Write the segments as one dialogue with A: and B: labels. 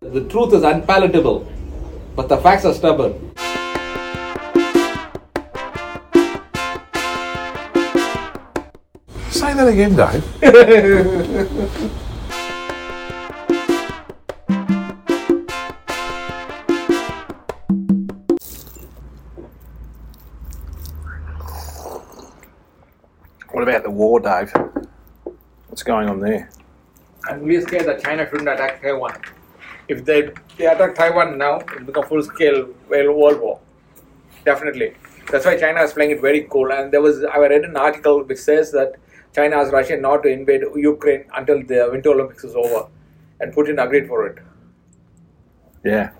A: The truth is unpalatable, but the facts are stubborn.
B: Say that er again, Dave.
C: What about the war, Dave? What's going on there?
A: I'm really scared that China shouldn't attack Taiwan. If they, they attack Taiwan now, it becomes full scale world war. Definitely. That's why China is playing it very cool. And there was I read an article which says that China asked Russia not to invade Ukraine until the Winter Olympics is over. And Putin agreed for it.
C: Yeah.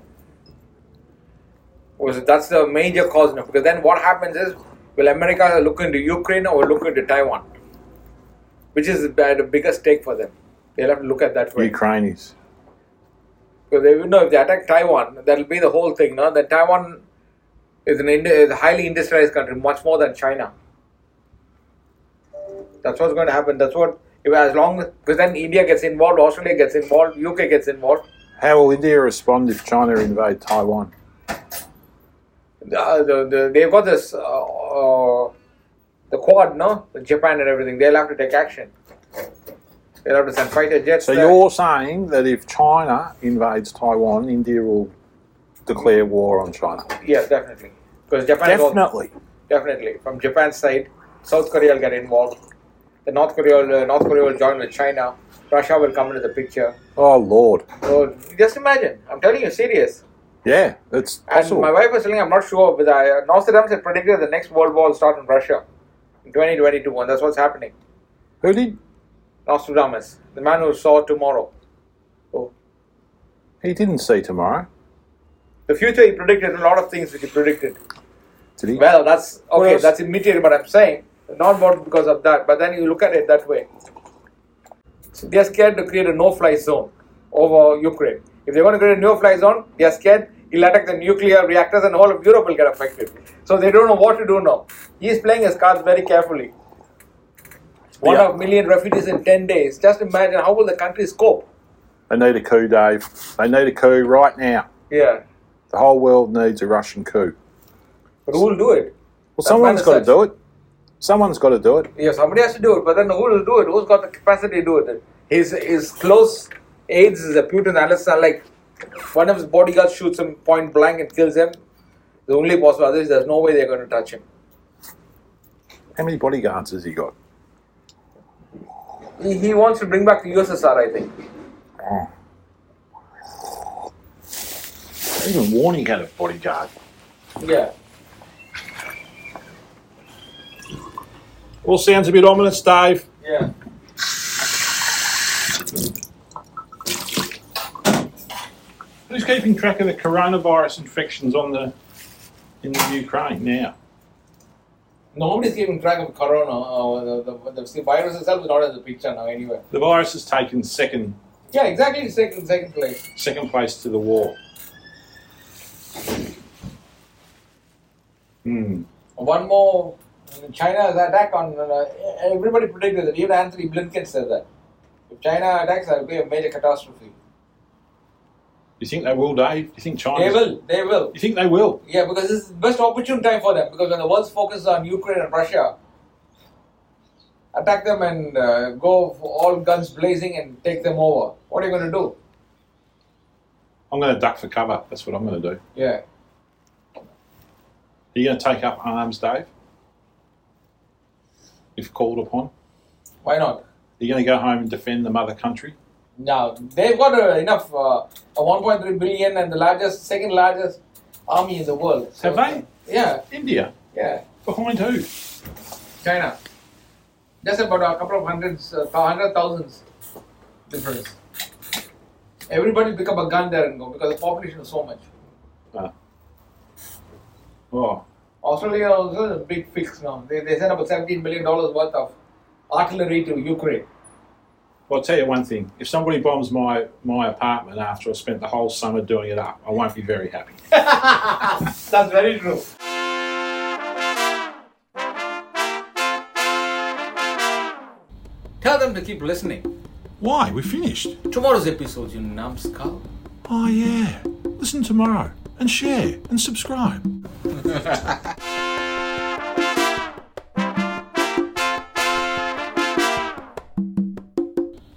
A: was that's the major cause now because then what happens is will america look into ukraine or look into taiwan which is the the biggest stake for them they'll have to look at that way
C: Ukraine is.
A: because they you know if they attack taiwan that'll be the whole thing no then taiwan is an Indi- is a highly industrialized country much more than china that's what's going to happen that's what if as long because then india gets involved australia gets involved uk gets involved
C: How will India respond if China invade Taiwan?
A: uh, the, the, they've got this uh, uh, the quad, no, Japan and everything. They'll have to take action. They'll have to send uh, fighter jets.
C: So
A: there.
C: you're saying that if China invades Taiwan, India will declare war on China?
A: yeah, definitely because Japan is also-
C: Definitely.
A: definitely from Japan's side, South Korea will get involved. The North Korea, will, uh, North Korea will join with China. Russia will come into the picture.
C: Oh Lord.
A: So just imagine. I'm telling you, serious.
C: Yeah, it's
A: And
C: possible.
A: my wife was telling, me, I'm not sure, but I, Nostradamus had predicted the next world war will start in Russia in 2022, and that's what's happening.
C: Who did?
A: Nostradamus, the man who saw tomorrow. Oh.
C: He didn't see tomorrow,
A: The future he predicted a lot of things which he predicted.
C: did he?
A: Well, that's
C: What
A: okay,
C: else?
A: that's immediate what I'm saying. Not about because of that, but then you look at it that way. So they are scared to create a no-fly zone over Ukraine. If they want to create a no-fly zone, they are scared he'll attack the nuclear reactors and all of Europe will get affected. So they don't know what to do now. He is playing his cards very carefully. One
C: Yeah.
A: of million refugees in ten days. Just imagine how will the countries cope?
C: They need a coup, Dave. They need a coup right now.
A: Yeah.
C: The whole world needs a Russian coup.
A: But who will do it?
C: Well,
A: That's
C: someone's
A: my
C: got to
A: research.
C: do it. Someone's got to do it.
A: Yeah, somebody has to do it, but then who will do it? Who's got the capacity to do it? His his close aides is a Putin analyst are like one of his bodyguards shoots him point blank and kills him. The only possible others there's no way they're gonna touch him.
C: How many bodyguards has he got?
A: He, he wants to bring back the USSR, I think.
C: Even Warning had a bodyguard.
A: Yeah.
C: All sounds a bit ominous, Dave.
A: Yeah.
D: Who's keeping track of the coronavirus infections on the in the Ukraine now?
A: Nobody's keeping track of corona. Uh, the, the, the, the virus itself is not in the picture now, anyway.
D: The virus has taken second
A: Yeah, exactly. Second, second place.
D: second place to the war. Hmm.
A: One more. China's attack on uh, everybody predicted that. Even Anthony Blinken said that. If China attacks, that will be a major catastrophe.
D: You think they will, Dave? You think China?
A: They will. They will.
D: You think they will?
A: Yeah, because this is the best opportune time for them. Because when the world's focus is on Ukraine and Russia, attack them and uh, go for all guns blazing and take them over. What are you going to do?
D: I'm going to duck for cover. That's what I'm going to do. Are
A: Yeah.
D: you going to take up arms, Dave? If called upon, are
A: Why not?
D: you going to go home and defend the mother country?
A: Now they've got uh, enough. Uh, a 1.3 billion and the largest, second largest army in the world. So-
D: Have they?
A: Yeah.
D: India
A: Yeah.
D: behind who?
A: China. Just about a couple of hundreds, uh, hundred thousands difference. Everybody pick up a gun there and go because the population is so much.
D: Ah. oh,
A: Australia also is a big fix now. They, they sent about 17 million dollars worth of artillery to Ukraine.
D: Well, I'll tell you one thing. If somebody bombs my, my apartment after I spent the whole summer doing it up, I won't be very happy.
A: That's very true.
E: Tell them to keep listening.
B: Why? We finished.
E: Tomorrow's episode, you numbskull.
D: Oh, yeah. Listen tomorrow and share and subscribe.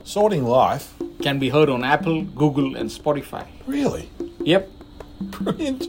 D: Sorting Life?
A: Can be heard on Apple, Google, and Spotify.
D: Really?
A: Yep.
D: Brilliant.